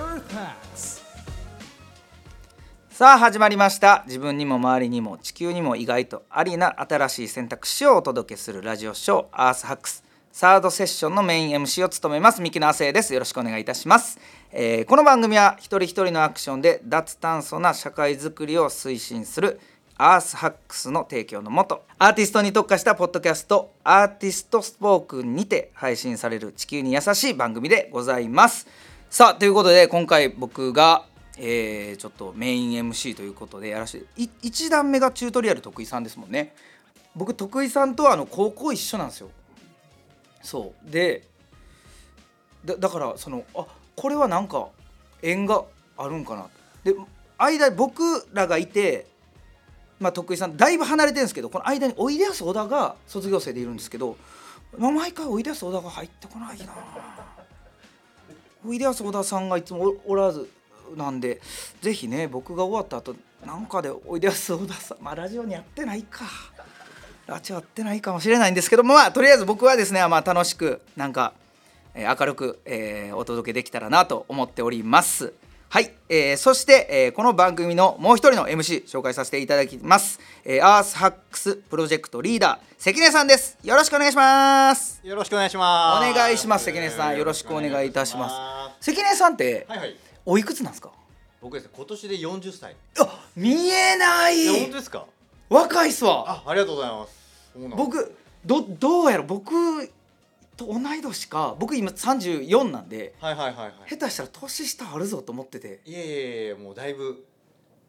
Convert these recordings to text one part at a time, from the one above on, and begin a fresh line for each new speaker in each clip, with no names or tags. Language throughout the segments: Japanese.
packs.
さあ始まりました自分にも周りにも地球にも意外とありな新しい選択肢をお届けするラジオショー「アースハックス」サードセッションのメイン MC を務めます三木の亜生ですよろしくお願いいたします、えーこの番組は一人一人のアクションで脱炭素な社会づくりを推進するアースハックスの提供のもとアーティストに特化したポッドキャスト「アーティストスポークン」にて配信される地球に優しい番組でございますさあということで今回僕が、えーちょっとメイン MC ということでやらせて1段目がチュートリアル徳井さんですもんね僕徳井さんとはあの高校一緒なんですよそうでだだからそのあこれはなんか縁があるんかなで間に僕らがいてまあ、徳井さんだいぶ離れてるんですけどこの間においでやす小田が卒業生でいるんですけどまあ毎回おいでやす小田が入ってこないなおいでやす小田さんがいつもおおらずなんでぜひね僕が終わった後なんかでおいでやす小田さんまあラジオにやってないかラジオやってないかもしれないんですけどもまあとりあえず僕はですね、まあ、楽しくなんか、えー明るく、えーお届けできたらなと思っております。はい、えーそして、えーこの番組のもう一人の MC 紹介させていただきます、えーアースハックスプロジェクトリーダー関根さんですよろしくお願いします
よろしくお願いし
お
ます。
願いします関根さんよろしくお願いいたしますす関根さんって、
はいはい。
おいくつなんですか
僕ですね、今年で40歳。
あ見えない
いや本当ですか。
若いっすわ
あ、ありがとうございます。そうなんです。
僕どどうやろ僕と同い年か僕今34なんで
はいはいはいはい。
下手したら年下あるぞと思ってて
いやいやいやもうだいぶ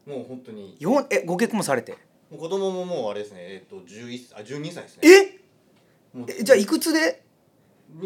もう本当に。
よんえご結婚もされて
もう子供ももうあれですね、えっと11歳あ12歳ですね。
え
もう
えじゃあいくつで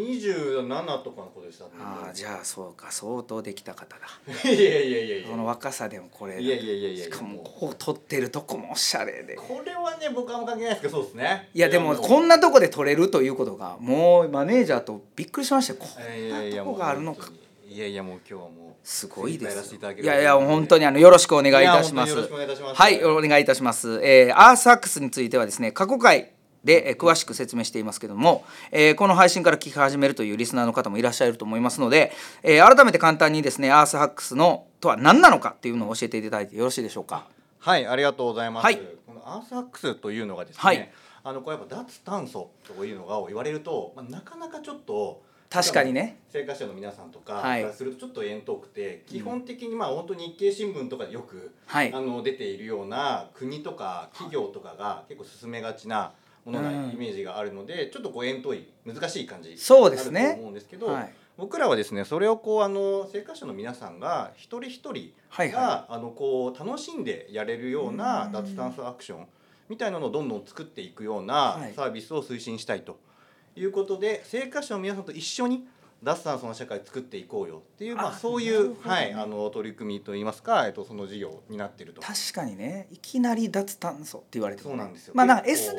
27とかの子でしたね。
ああじゃあそうか相当できた方だ
あ。いやいやいやいやいや。
この若さでもこれ
いやいやいやいや
しかもこう撮ってるとこもおしゃれで
これはね僕あんま関係ないですけどそうですね。
いやでもこん
な。
なとこで撮れるということがもうマネージャーとびっくりしましたよこ
いやい
ん
やい
な
や
とこがあるのか
もう本当にいやいやもう今日はもう。
すごいで
精一杯やらせ
す
て
よ
ただけ
い
るわ
や
け
い
で
や本当にあのよろしくお願いいたします
いや本当によろしくお願いいたします
はいお願いいたします、えーアースハックスについてはですね過去回でえー詳しく説明していますけども、えーこの配信から聞き始めるというリスナーの方もいらっしゃると思いますので、えー改めて簡単にですねアースハックスのとは何なのかっていうのを教えていただいてよろしいでしょうか
はい、ありがとうございます。
はい
このアースハックスというのがですね、
はい
あのこうやっぱ脱炭素というのが言われると、まあ、なかなかちょっと
確かにね。
生活者の皆さんとか
はい
からするとちょっと遠遠くて、基本的にまあ本当に日経新聞とかでよく、
はい
あの出ているような国とか企業とかが結構進めがちなものな
うん
イメージがあるので、ちょっとこう遠遠い難しい感じ
そうですね
あると思うんですけど、
はい
僕らはですねそれをこうあの生活者の皆さんが一人一人
はい
が、
は
あのこう楽しんでやれるような脱炭素アクションみたいなのをどんどん作っていくような
はい
サービスを推進したいということで、生活者の皆さんと一緒に脱炭素の社会を作っていこうよっていうま
あ
あ、そうい
なる
う、
ほどね
はい、あの取り組みといいますか、えっと、その事業になっていると。
確かにねいきなり脱炭素って言われても
そ
ね
うなんですよ
まあなんか
結構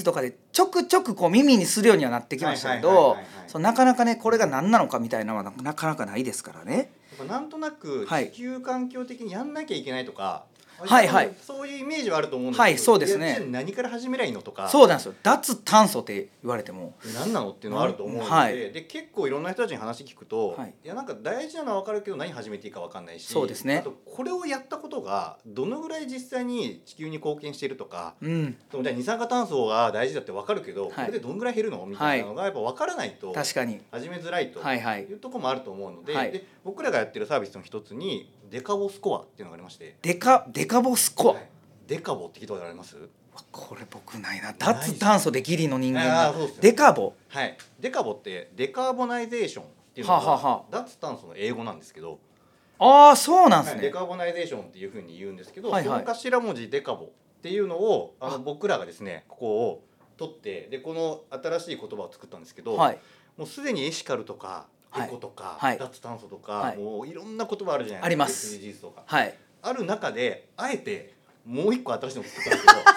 SDGs とかでちょくちょくこう耳にするようにはなってきましたけ
はいはいは
ど
いはいはい
そうなかなかねこれが何なのかみたいなのはななかなかないですからね
やっぱなんとなく
はい
地球環境的にやんなきゃいけないとか、
はいはい
そういうイメージはあると思うんですけど、
はいそうですね
いやじゃあ何から始めりゃいいのとか
そうなんですよ脱炭素って言われても
何なのっていうのはあると思うので,、
はい
で結構いろんな人たちに話聞くと、
はい
い、やなんか大事なのは分かるけど何始めていいか分かんないし
そうですね
あとこれをやったことがどのぐらい実際に地球に貢献しているとか
うん
そのじゃあ二酸化炭素が大事だって分かるけど、
い
これでどんぐらい減るのみたいなのがやっぱ分からないと
確かに
始めづらいと。
はいはい
いうとこもあると思うので,、
はい
で僕らがやってるサービスの一つにデカボスコアっていうのがありまして、
デカデカボスコア、
はいデカボって聞いたことあります
これ僕ないな
ない
脱炭素でギリの人間
あ
が
ーそうっすよ
デカボ
はい、デカボってデカーボナイゼーションっていうのが、
はあはあは
脱炭素の英語なんですけど、
ああそうなんで
は
す
い
ね、
デカーボナイゼーションっていうふうに言うんですけど、
はいはい
その頭文字デカボっていうのをあ
あ
の僕らがですねここを取ってでこの新しい言葉を作ったんですけど、
はい
もうすでにエシカルとか
はい
エコとか、
はい
脱炭素とか、
はい
もういろんな言葉あるじゃないですか
あります。
SDGs とか
はい
ある中であえてもう一個新しいのを作ったんですけど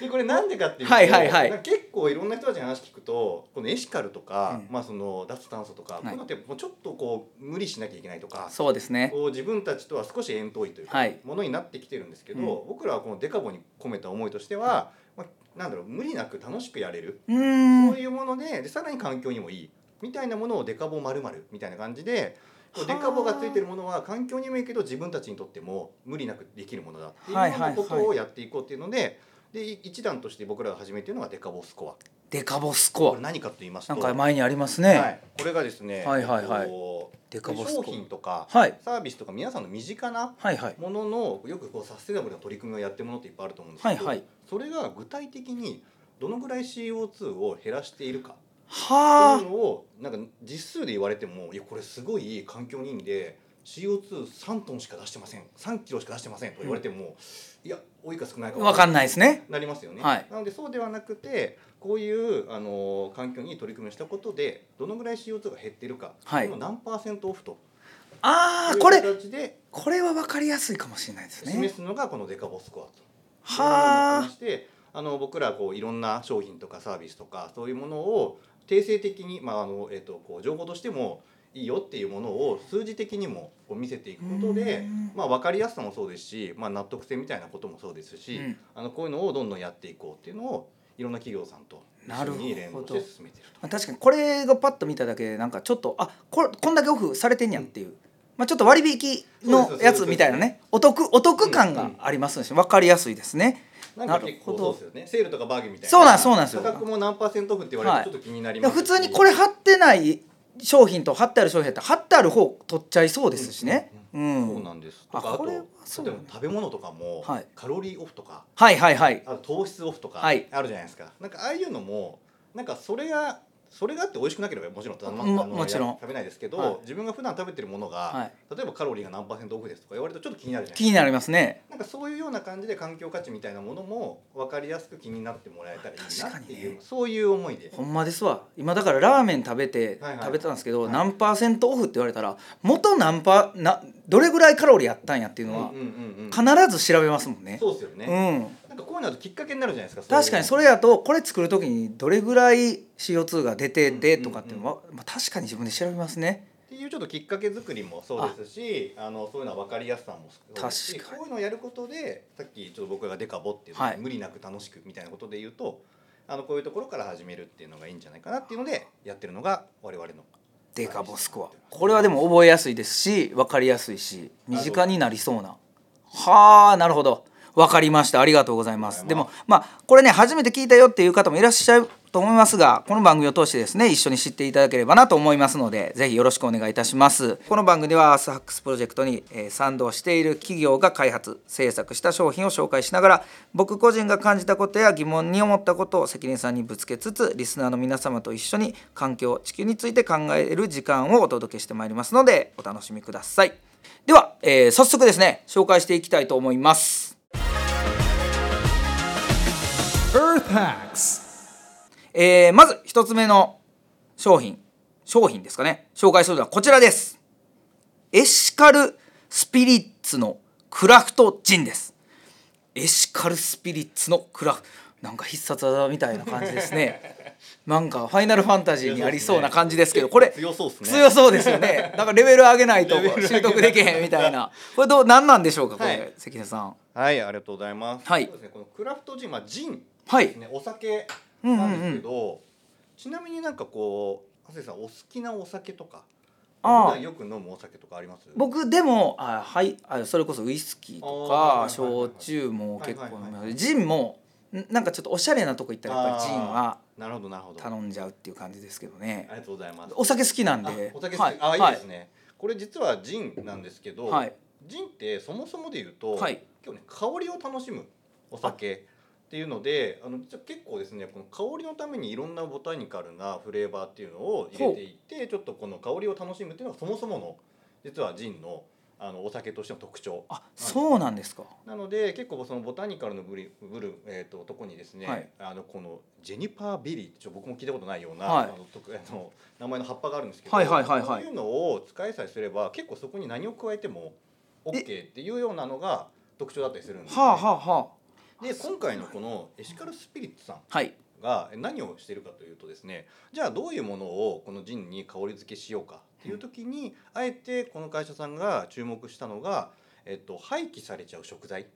でこれなんでかっていうと、
はいはいはい
なんか結構いろんな人たちに話聞くとこのエシカルとか、
うん
まあ、その脱炭素とか、
い
こういうのってもうちょっとこう無理しなきゃいけないとか
そうですね
こう自分たちとは少し遠遠いというか
はい
ものになってきてるんですけど、
う
僕らはこのデカボに込めた思いとしては、まあ、なんだろう無理なく楽しくやれる、
うーん
そういうものででさらに環境にもいいみたいなものをデカボまるみたいな感じでこうデカボがついてるものは環境にもいいけど自分たちにとっても無理なくできるものだっていうよ
はいうはいは
ないことをやっていこうっていうのででい一段として僕らが始めているのがデカボスコア
デカボス
こ
コ
れ何かと言います
ア
と
なんか前にありますね
はい、これがですね、
はいはいはい
こう
デカボス
商
コ
品とか
はい
サービスとか皆さんの身近な
はいはい
もののよくこうサステナブルな取り組みをやってるものっていっぱいあると思うんですけど、
はいはい
それが具体的にどのぐらい CO2 を減らしているかって
は
いうのをなんか実数で言われてもいやこれすごい環境にいいんで CO23 トンしか出してません3キロしか出してませんと言われても、いや多いか少ないか
あわかんないですね
なりますよね、
はい
なのでそうではなくてこういうあの環境に取り組みをしたことでどのぐらい CO2 が減っているか、
はい
今何パーセントオフと
あ
い
あ
う
これ
形で
これは分かりやすいかもしれないですね
示すのがこのデカボスコアと。
は
ましてあの僕らこういろんな商品とかサービスとかそういうものを定性的に、まああのえっとこう情報としてもいいよっていうものを数字的にもこう見せていくこと
う
で
ん、
まあ、分かりやすさもそうですし、まあ、納得性みたいなこともそうです
あ、う
し、
ん、
あのこういうのをどんどんやっていこうっていうのをいろんな企業さんと一緒に連動して進めてると。
まあ確かにこれがパッと見ただけでなんかちょっとあここんだけオフされてんやんっていう、まあ、ちょっと割引
そう
の
です
やつみたいな
そう
ねお得お得感がありますし分かりやすいですね。
なんか結構そうですよねセールとかバーゲンみたいな
そうなんそうなんですよ
価格も何パーセントオフって言われるとちょっと気になりますし
普通にこれ貼ってない商品と貼ってある商品だったら貼ってある方取っちゃいそうですしね。う
そうんなんです。
あ
とかあと
これは
例え
そう
ば食べ物とかも、
はい
カロリーオフとか
はいはいはい。
あと糖質オフとかあ
はい
るじゃないですか、なんかああいうのもなんかそれがそれがあって美味しくなければもちろんあの
も
あの
もちろん
や食べないですけど、
はい
自分が普段食べてるものが、
はい
例えばカロリーが何パーセントオフですとか言われるとちょっと気になるじゃないで
気
す
になりますね。
かなんかそういうような感じで環境価値みたいなものも分かりやすく気になってもらえたらいい
確か
なって
に
いう、
ね
そういう思いで
ほんまですわ今だからラーメン食べて、
はいはい
食べたんですけど、
はい
何パーセントオフって言われたら元何パーなどれぐらいカロリーあったんやっていうのは
うんうんうんうん
必ず調べますもんね。
そうですよ
う
ね、
ん、
なんかこういうのだときっかけになるじゃないですかそういう
確かにそれやとこれ作る時にどれぐらい CO2 が出ててとかっていうのは、まあ、確かに自分で調べますね。
っていうちょっときっかけ作りもそうですしあのそういうのは分かりやすさもそうですし
確かに
こういうのをやることでさっきちょっと僕が「デカボ」っていう、
はい
無理なく楽しくみたいなことで言うとあのこういうところから始めるっていうのがいいんじゃないかなっていうのでやってるのが我々の
デカボスコアこれはでも覚えやすいですし分かりやすいし身近になりそうなはあなるほど分かりましたありがとうございますでもまあこれね初めて聞いたよっていう方もいらっしゃると思いますがこの番組を通してですね一緒に知っていただければなと思いますのでぜひよろしくお願いいたしますこの番組ではアースハックスプロジェクトにえー賛同している企業が開発制作した商品を紹介しながら僕個人が感じたことや疑問に思ったことを関根さんにぶつけつつリスナーの皆様と一緒に環境地球について考える時間をお届けしてまいりますのでお楽しみくださいでは、えー早速ですね紹介していきたいと思います
Earth Hacks.
えーまず一つ目の商品商品ですかね紹介するのはこちらですエシカルスピリッツのクラフトジンですエシカルスピリッツのクラフなんか必殺技みたいな感じです ねなんかファイナルファンタジーにありそうな感じですけどこれ
強そうですね
強そうですよねなんかレベル上げないと
レベル上げな
習
い
得できへんみたいなこれどう何なんでしょうかこれ、
はい
関根さん
はいありがとうございます、
はい
そうですねこのクラフトジン、まあ、ジン
は
です
い
ねお酒なんですけど、ちなみになんかこう長谷さんお好きなお酒とか
ああ
普段よく飲むお酒とかあります
僕でもあはいあそれこそウイスキーと
あ
か
ーはいはいはいはい
焼酎も結構飲
はい
み
はい
ま
はい
すジンもんなんかちょっとおしゃれなとこ行ったらやっぱりジンは
あーなるほどなるほど
頼んじゃうっていう感じですけどね
ありがとうございます
お酒好きなん
あ
で
お酒好き、
はい
あいいです
ね
ね、これ実はジンなんですけど、
はい
ジンってそもそもで言うと、
はい
今日ね香りを楽しむお酒っていうのであの実は結構ですねこの香りのためにいろんなボタニカルなフレーバーっていうのを入れていってちょっとこの香りを楽しむっていうのがそもそもの実はジンのあのお酒としての特徴
あそうなんですか
なので結構そのボタニカルのブリブル、えー、ととこにですね、
はい
あのこのジェニパーベリーってちょっと僕も聞いたことないような、
はい
あのと あの名前の葉っぱがあるんですけど、
はいはいはいはい
そういうのを使いさえすれば結構そこに何を加えても OK っていうようなのが特徴だったりするんですね、
はあはあは
で今回のこのエシカルスピリッツさん
あはい
が何をしているかというとですねじゃあどういうものをこのジンに香り付けしようかっていう時に、あえてこの会社さんが注目したのが、えっと、廃棄されちゃう食材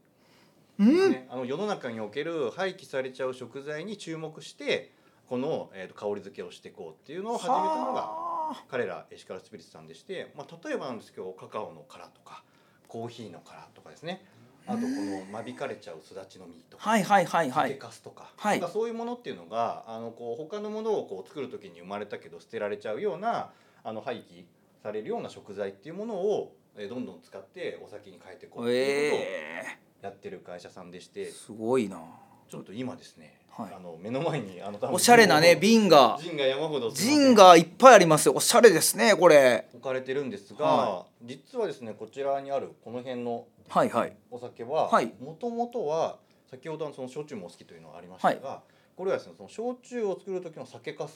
う
です
ん
ねあの世の中における廃棄されちゃう食材に注目してこの、えーと香り付けをしていこうっていうのを始めたのが
は
彼らエシカルスピリッツさんでして、まあ、例えばなんですけどカカオの殻とかコーヒーの殻とかですねあとこの間引かれちゃうすだちの実とか、
はいはいはいは
酒
い
かすとか,、
はい
なんかそういうものっていうのがあのこう他のものをこう作る時に生まれたけど捨てられちゃうようなあの廃棄されるような食材っていうものをえーどんどん使ってお酒に変えていこうっていうことを
え
やってる会社さんでして、
ー、すごいな
ちょっと今ですね、
はい
あの目の前にあの
おしゃれなね瓶が
ジンが山ほどすいません
瓶がいっぱいありますよおしゃれですねこれ
置かれてるんですが、
は
実はですねこちらにあるこの辺の
はいはい
お酒は
はい
もともとは先ほどのその焼酎もお好きというのがありましたが、これはですねその焼酎を作る時の酒粕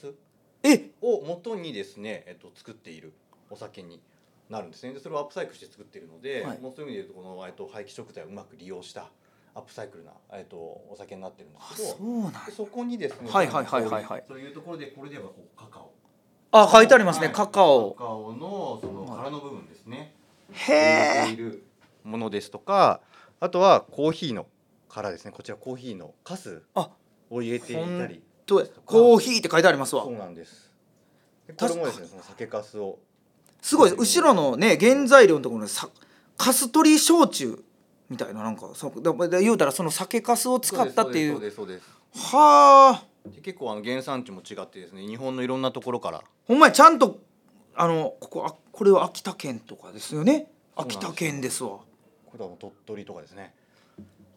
え
を元にですね、えっと、作っているお酒になるんですねでそれをアップサイクルして作っているので、
はい
もうそういう意味で言うとこの、えっと、廃棄食材をうまく利用したアップサイクルな、えっと、お酒になってるんです
あ
けど
そうなん
でそこにですね
はいはいはいはいはい
そういうところでこれで言えばこうカカオ
あ書いてありますね
はい
カカオ
カカオのその殻の部分ですね、
へ
入れて
え
いるものですとかあとはコーヒーの殻ですねこちらコーヒーのカス
あ
を入れていたり
とコーヒーって書いてありますわ
そうなんですでこれもですねその酒粕を
すごいです後ろのね原材料のところにさカス取り焼酎みたいななんかそうだだ言うたらその酒粕を使ったってい
そう
う
ですそうですそう
はあ
ですで結構あの原産地も違ってですね日本のいろんなところから
ほんまやちゃんとあのここあこれは秋田県とかですよね
そうなんで
秋
す
田県ですわ
これはもう鳥取とかですね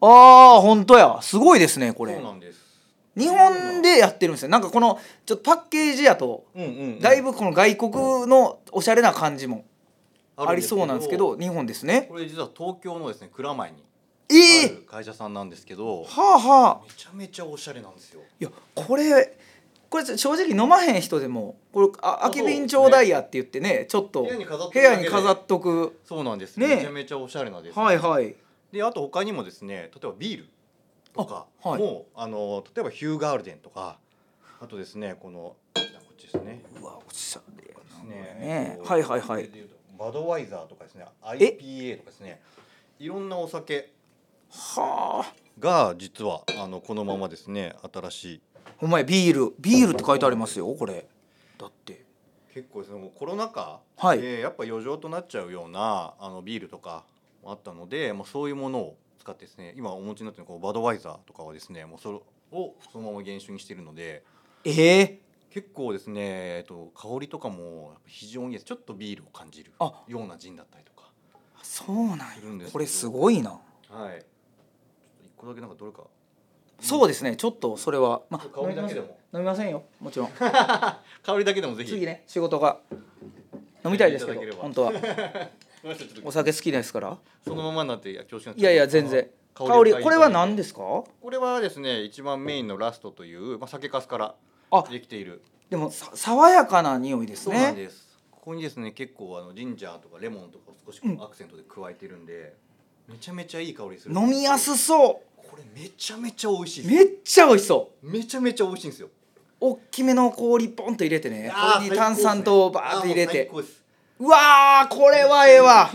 ああ本当やすごいですねこ
そ
れ
うなんです
日本でやってるんですよなんかこのちょっとパッケージやと
うんうんうん
だいぶこの外国のおしゃれな感じもあ
る
りそうなんですけど日本ですね
これ実は東京のですね蔵前にあ
ええ
る会社さんなんですけど、
はあはあ
めちゃめちゃおしゃれなんですよ
いやこれこれ正直飲まへん人でもこれあ空き瓶ちょうだいやって言ってねちょっと
部屋に飾っとくだ
部
けで
屋に飾っとく
そうなんです、
ね
めちゃめちゃおしゃれなです、
はいはい
であと他にもですね例えばビールとか
あはい
もあ,、の例えばヒューガールデンとかあとですねこのあこっちですね
うわおしゃれやなこれね
ね
はいはいはい
バドワイザーとかですね
え
IPA とかですねいろんなお酒
はあ
が実はあのこのままですね新しい
お前ビールビールって書いてありますよこれだって
結構ですねもうコロナ禍で、
はい
やっぱ余剰となっちゃうようなあのビールとかもあったので、まあ、そういうものを使ってですね今お持ちになってるこのバドワイザーとかはですねもうそれをそのまま原酒にしているので
ええ
結構ですね、えっと、香りとかもやっぱ非常にいいですちょっとビールを感じる
あ
ようなジンだったりとか
そうなんや
するんですけど
これすごいな
はいちょっと一個だけなんかどれか
そうですねちょっとそれはま
香りだけでも
飲みませんよもちろん
香りだけでもぜひ
次ね仕事が飲みたいですけ
いただけれ
ど
ば
本当は
ごめんなさいちょっと
お酒好きですから
そのままになっていや恐縮なんです
い
けど
やいや全然
あ
香
の
りこれは何ですすか
これはですね一番メインのラストという、まあ、酒粕から
あ
できている
でもさ爽やかな匂いです
そうなん
ね
です。ここにですね結構あのジンジャーとかレモンとかを少しこうアクセントで加えてるんで、めちゃめちゃいい香りする。
飲みやすそ
これめちゃめちゃ美味しいうです。
めっちゃ美味しそう
めちゃめちゃ美味しいんですよ。
大きめの氷ポンと入れてねこれに炭酸とバーって入れ
あー最
て
高です。
うわーこれはえ えわ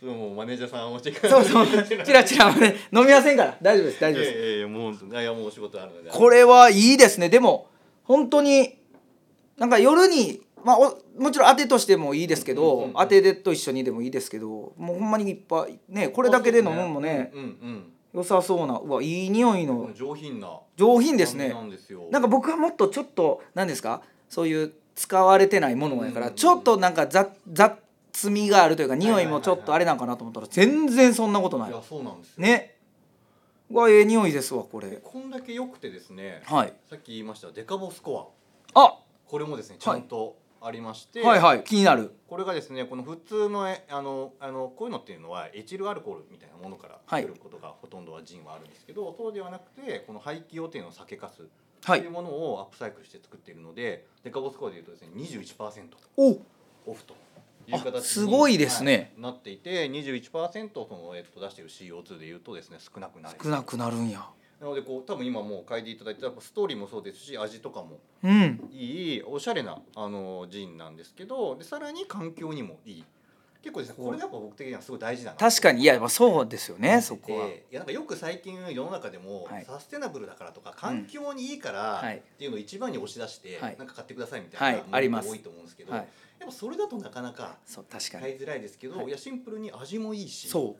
それもうマネージャーさんお時間。
そ うそうチラチラね飲みませんから大丈夫です大
い
丈夫
や
です
いやいやもういやいやもうお仕事あるので。
これはいいですねでも本当になんか夜にまあおもちろん当てとしてもいいですけど、
うんうんうん
当てでと一緒にでもいいですけどもうほんまにいっぱいねこ
こ
れだけで飲むのもね
うんうん。
良さそうなうわいい匂い
こ
の
の上品な。
上品です
感
ね
じなんですよ。
なんか僕はもっとちょっと何ですかそういう使われてないものやか
うんうん
ら
うん
ちょっとなんか雑雑味があるというか匂いもちょっとあれなんかなと思ったら全然そんなことないい
やそうなんですよ。
ねうわええ匂いですわこれ
こんだけ良くてですね。
はい
さっき言いましたデカボスコア。
あ
これもですねちゃ
はい
んとありまして、
はいはい気になる
これがですねこの普通のえあのあのこういうのっていうのはエチルアルコールみたいなものから
はい
作ることがほとんどはジンはあるんですけど、そうではなくてこの廃棄予定の酒粕
は
とい
いう
ものをアップサイクルして作っているのでデカボスコアでいうとですね21%
お
オフという形
あ
に
すごいですね
はいなっていて21%その、えっと、出している CO2 でいうとですね少なくなる
少なくなるんや
なのでこう多分今もう嗅いでいただいてたストーリーもそうですし味とかも
うん
いいおしゃれなあのジンなんですけどでさらに環境にもいい結構ですねこれがやっぱ僕的にはすごい大事だなと
確かにいやまあそうですよねそこは、
でいやなんかよく最近世の中でも、
はい
サステナブルだからとか環境にいいから
はい
っていうのを一番に押し出して、
はい
なんか買ってくださいみたいな
は
いも
あり
の
ま
が
す
多いと思うんですけど、
はい
やっぱそれだとなかなか
そう確かに、
買いづらいですけど、
はい
い、やシンプルに味もいいし
そ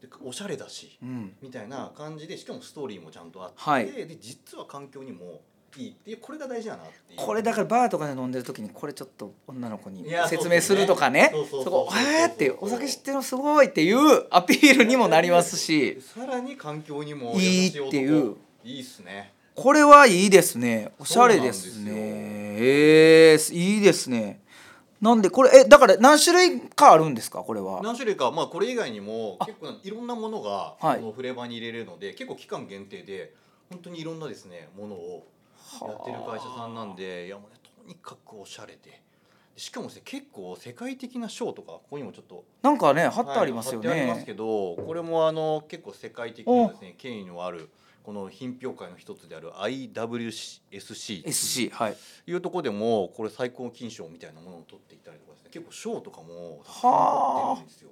でおしゃれだし
ううん
みたいな感じでしかもストーリーもちゃんとあって、
はい
で実は環境にもいいっていうこれが大事だなっていう
これだからバーとかで飲んでる時にこれちょっと女の子に
いや
説明するとかね
そうですね
そこ「
そうそうそうそう
へえ」って「お酒知ってるのすごい」っていうアピールにもなりますし
さらに環境にも
いいっていう
いいっすね
これはいいですねおしゃれです
そうなん
ねえー、いいですねなんでこれえだから何種類かあるんですかこれは
何種類か、まあ、これ以外にも結構いろんなものが
はい
このフレーバーに入れれるので、結構期間限定で本当にいろんなですねものをやってる会社さんなんでいやもうねとにかくおしゃれでしかもですね結構世界的な賞とかここにもちょっと
なんかね貼ってありますよね、
はい貼ってありますけどこれもあの結構世界的なですね権威のあるこの品評会の一つである IWSC
SC はい
いうとこでもこれ最高金賞みたいなものを取っていたりとかですね結構賞とかもたくさん取ってるんですよ。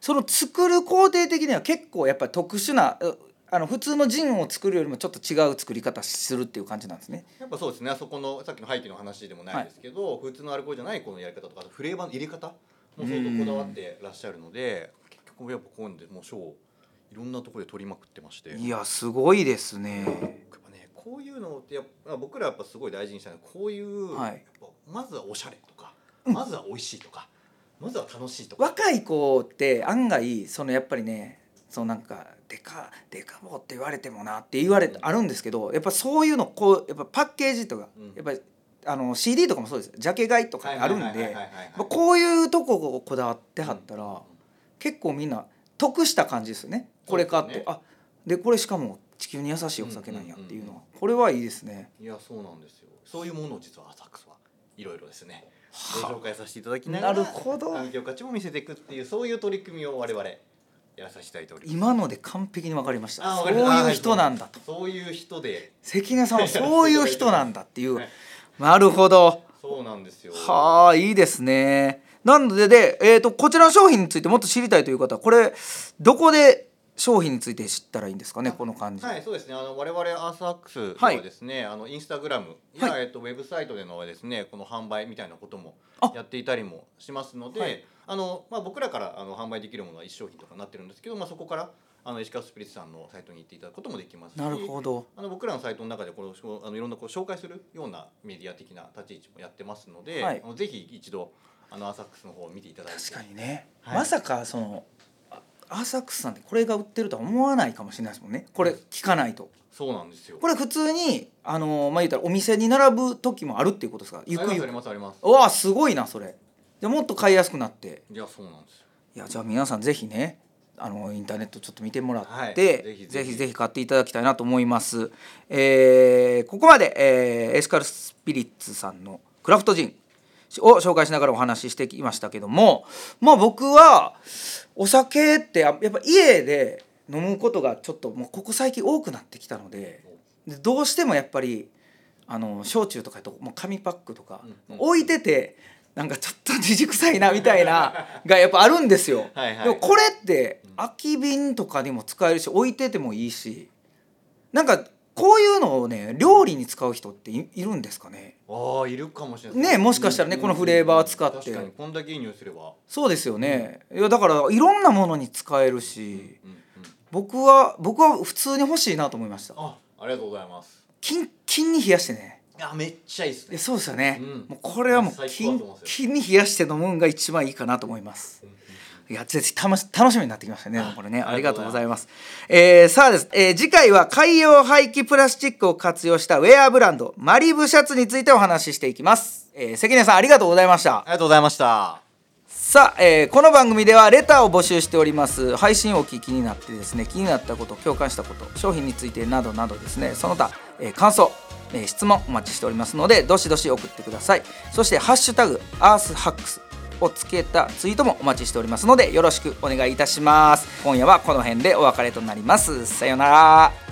その作る工程的には結構やっぱり特殊なうあの普通のジンを作るよりもちょっと違う作り方するっていう感じなんですね
やっぱそうですねあそこのさっきの廃棄の話でもないですけど、普通のアルコールじゃないこのやり方とかあとフレーバーの入れ方も相当こだわってらっしゃるので結局やっぱこういうのでもう賞をいろんなところで取りまくってまして。
いやすごいですね
やっぱねこういうのってやっぱ僕らやっぱすごい大事にしたのはこういう、
はい
やっぱまずはおしゃれとか、まずは美味しいとかまずは楽しいとか
若い子って案外そのやっぱりねそのなんかデカデカボって言われてもなって言われて
うん
あるんですけどやっぱそういうのこうやっぱパッケージとか、
うん
やっぱりあの CD とかもそうですジャケ買いとかあるん
はいはい
で
はいはいはい
まあこういうとこをこだわってはったら、
うんうん
結構みんな得した感じですよねこれ買って、
そうです
あでこれしかも地球に優しいお酒なんやっていうのは、これはいいですね
いやそうなんですよそういうものを実は浅草はいろいろですねご
は
紹介させていただきながら
なるほど
環境価値も見せていくっていうそういう取り組みを我々やらさせていただいております
今ので完璧に分かりました
あわ
そ
か
う
りました
いう人なんだと
そういう人で
関根 さんはそういう人なんだっていう
はい
なるほど
そうなんですよ
はあいいですねなのでで、えー、とこちらの商品についてもっと知りたいという方はこれどこで商品について知ったらいいんですかねこの感じ、
はい、そうですね。あの我々アースアックス
はい
ではですね、あのインスタグラムや、
は
えっとウェブサイトでのですね、この販売みたいなことも
あ
やっていたりもしますので、
はい
あのまあ僕らからあの販売できるものは一商品とかになってるんですけど、まあそこからあの石川スピリッツさんのサイトに行っていただくこともできますし、
なるほど
あの僕らのサイトの中でこれをこうあのいろんなこう紹介するようなメディア的な立ち位置もやってますので、
はい
あのぜひ一度あのアースアックスの方を見ていただいて、
確かにね、
はい
まさかそのあアーサックスさんってこれが売ってるとは思わないかもしれないですもんねこれ聞かないと
そうなんですよ。
これ普通にあのーまあ言ったらお店に並ぶ時もあるっていうことですかゆくゆ
あり
く
ますありますあり
うわあすごいなそれじゃあもっと買いやすくなって
ます。いやそうなんですよ。
いやじゃあ皆さんぜひねあのインターネットちょっと見てもらって、
はい
ぜ
ぜ
ひ
ひぜひ
ぜひ買っていただきたいなと思います、えーここまで、えーエシカルスピリッツさんのクラフトジンを紹介しながらお話ししてきましたけどもまあ僕はお酒ってあやっぱ家で飲むことがちょっともうここ最近多くなってきたのででどうしてもやっぱりあの焼酎とかやともう紙パックとか
うんうん
置いててなんかちょっと自くさいなみたいながやっぱあるんですよ。
はいはい
でもこれって
うん
空き瓶とかにも使えるし置いててもいいしなんかこういうのをね料理に使う人っていいるんですかね
ああいるかもしれない
ねもしかしたらねこのフレーバー使って
確かにこんだけいい匂いすれば、
そうですよね、いやだからいろんなものに使えるし
うんうん、
僕は僕は普通に欲しいなと思いました
あありがとうございます
キンキンに冷やしてね
いやめっちゃいいっす
いやそうですよね、
うん
もうこれはもう
最高だ
キ
と思
ン
いますよ
キンに冷やして飲むんが一番いいかなと思いますいや、ぜひ楽し楽しみになってきましたね。これね、
あ
あり
り
が
が
と
と
う
うご
ござ
ざい
います。えーさあです、えー次回は海洋廃棄プラスチックを活用したウェアブランド、マリブシャツについてお話ししていきます。えー関根さん、ありがとうございました
あ。りがとうございました
さあ、えーこの番組ではレターを募集しております配信をお聞きになってですね気になったこと共感したこと商品についてなどなどですねその他、えー感想、えー質問お待ちしておりますのでどしどし送ってくださいそして「ハッシュタグアースハックス」をつけたツイートもお待ちしておりますのでよろしくお願いいたします今夜はこの辺でお別れとなりますさようなら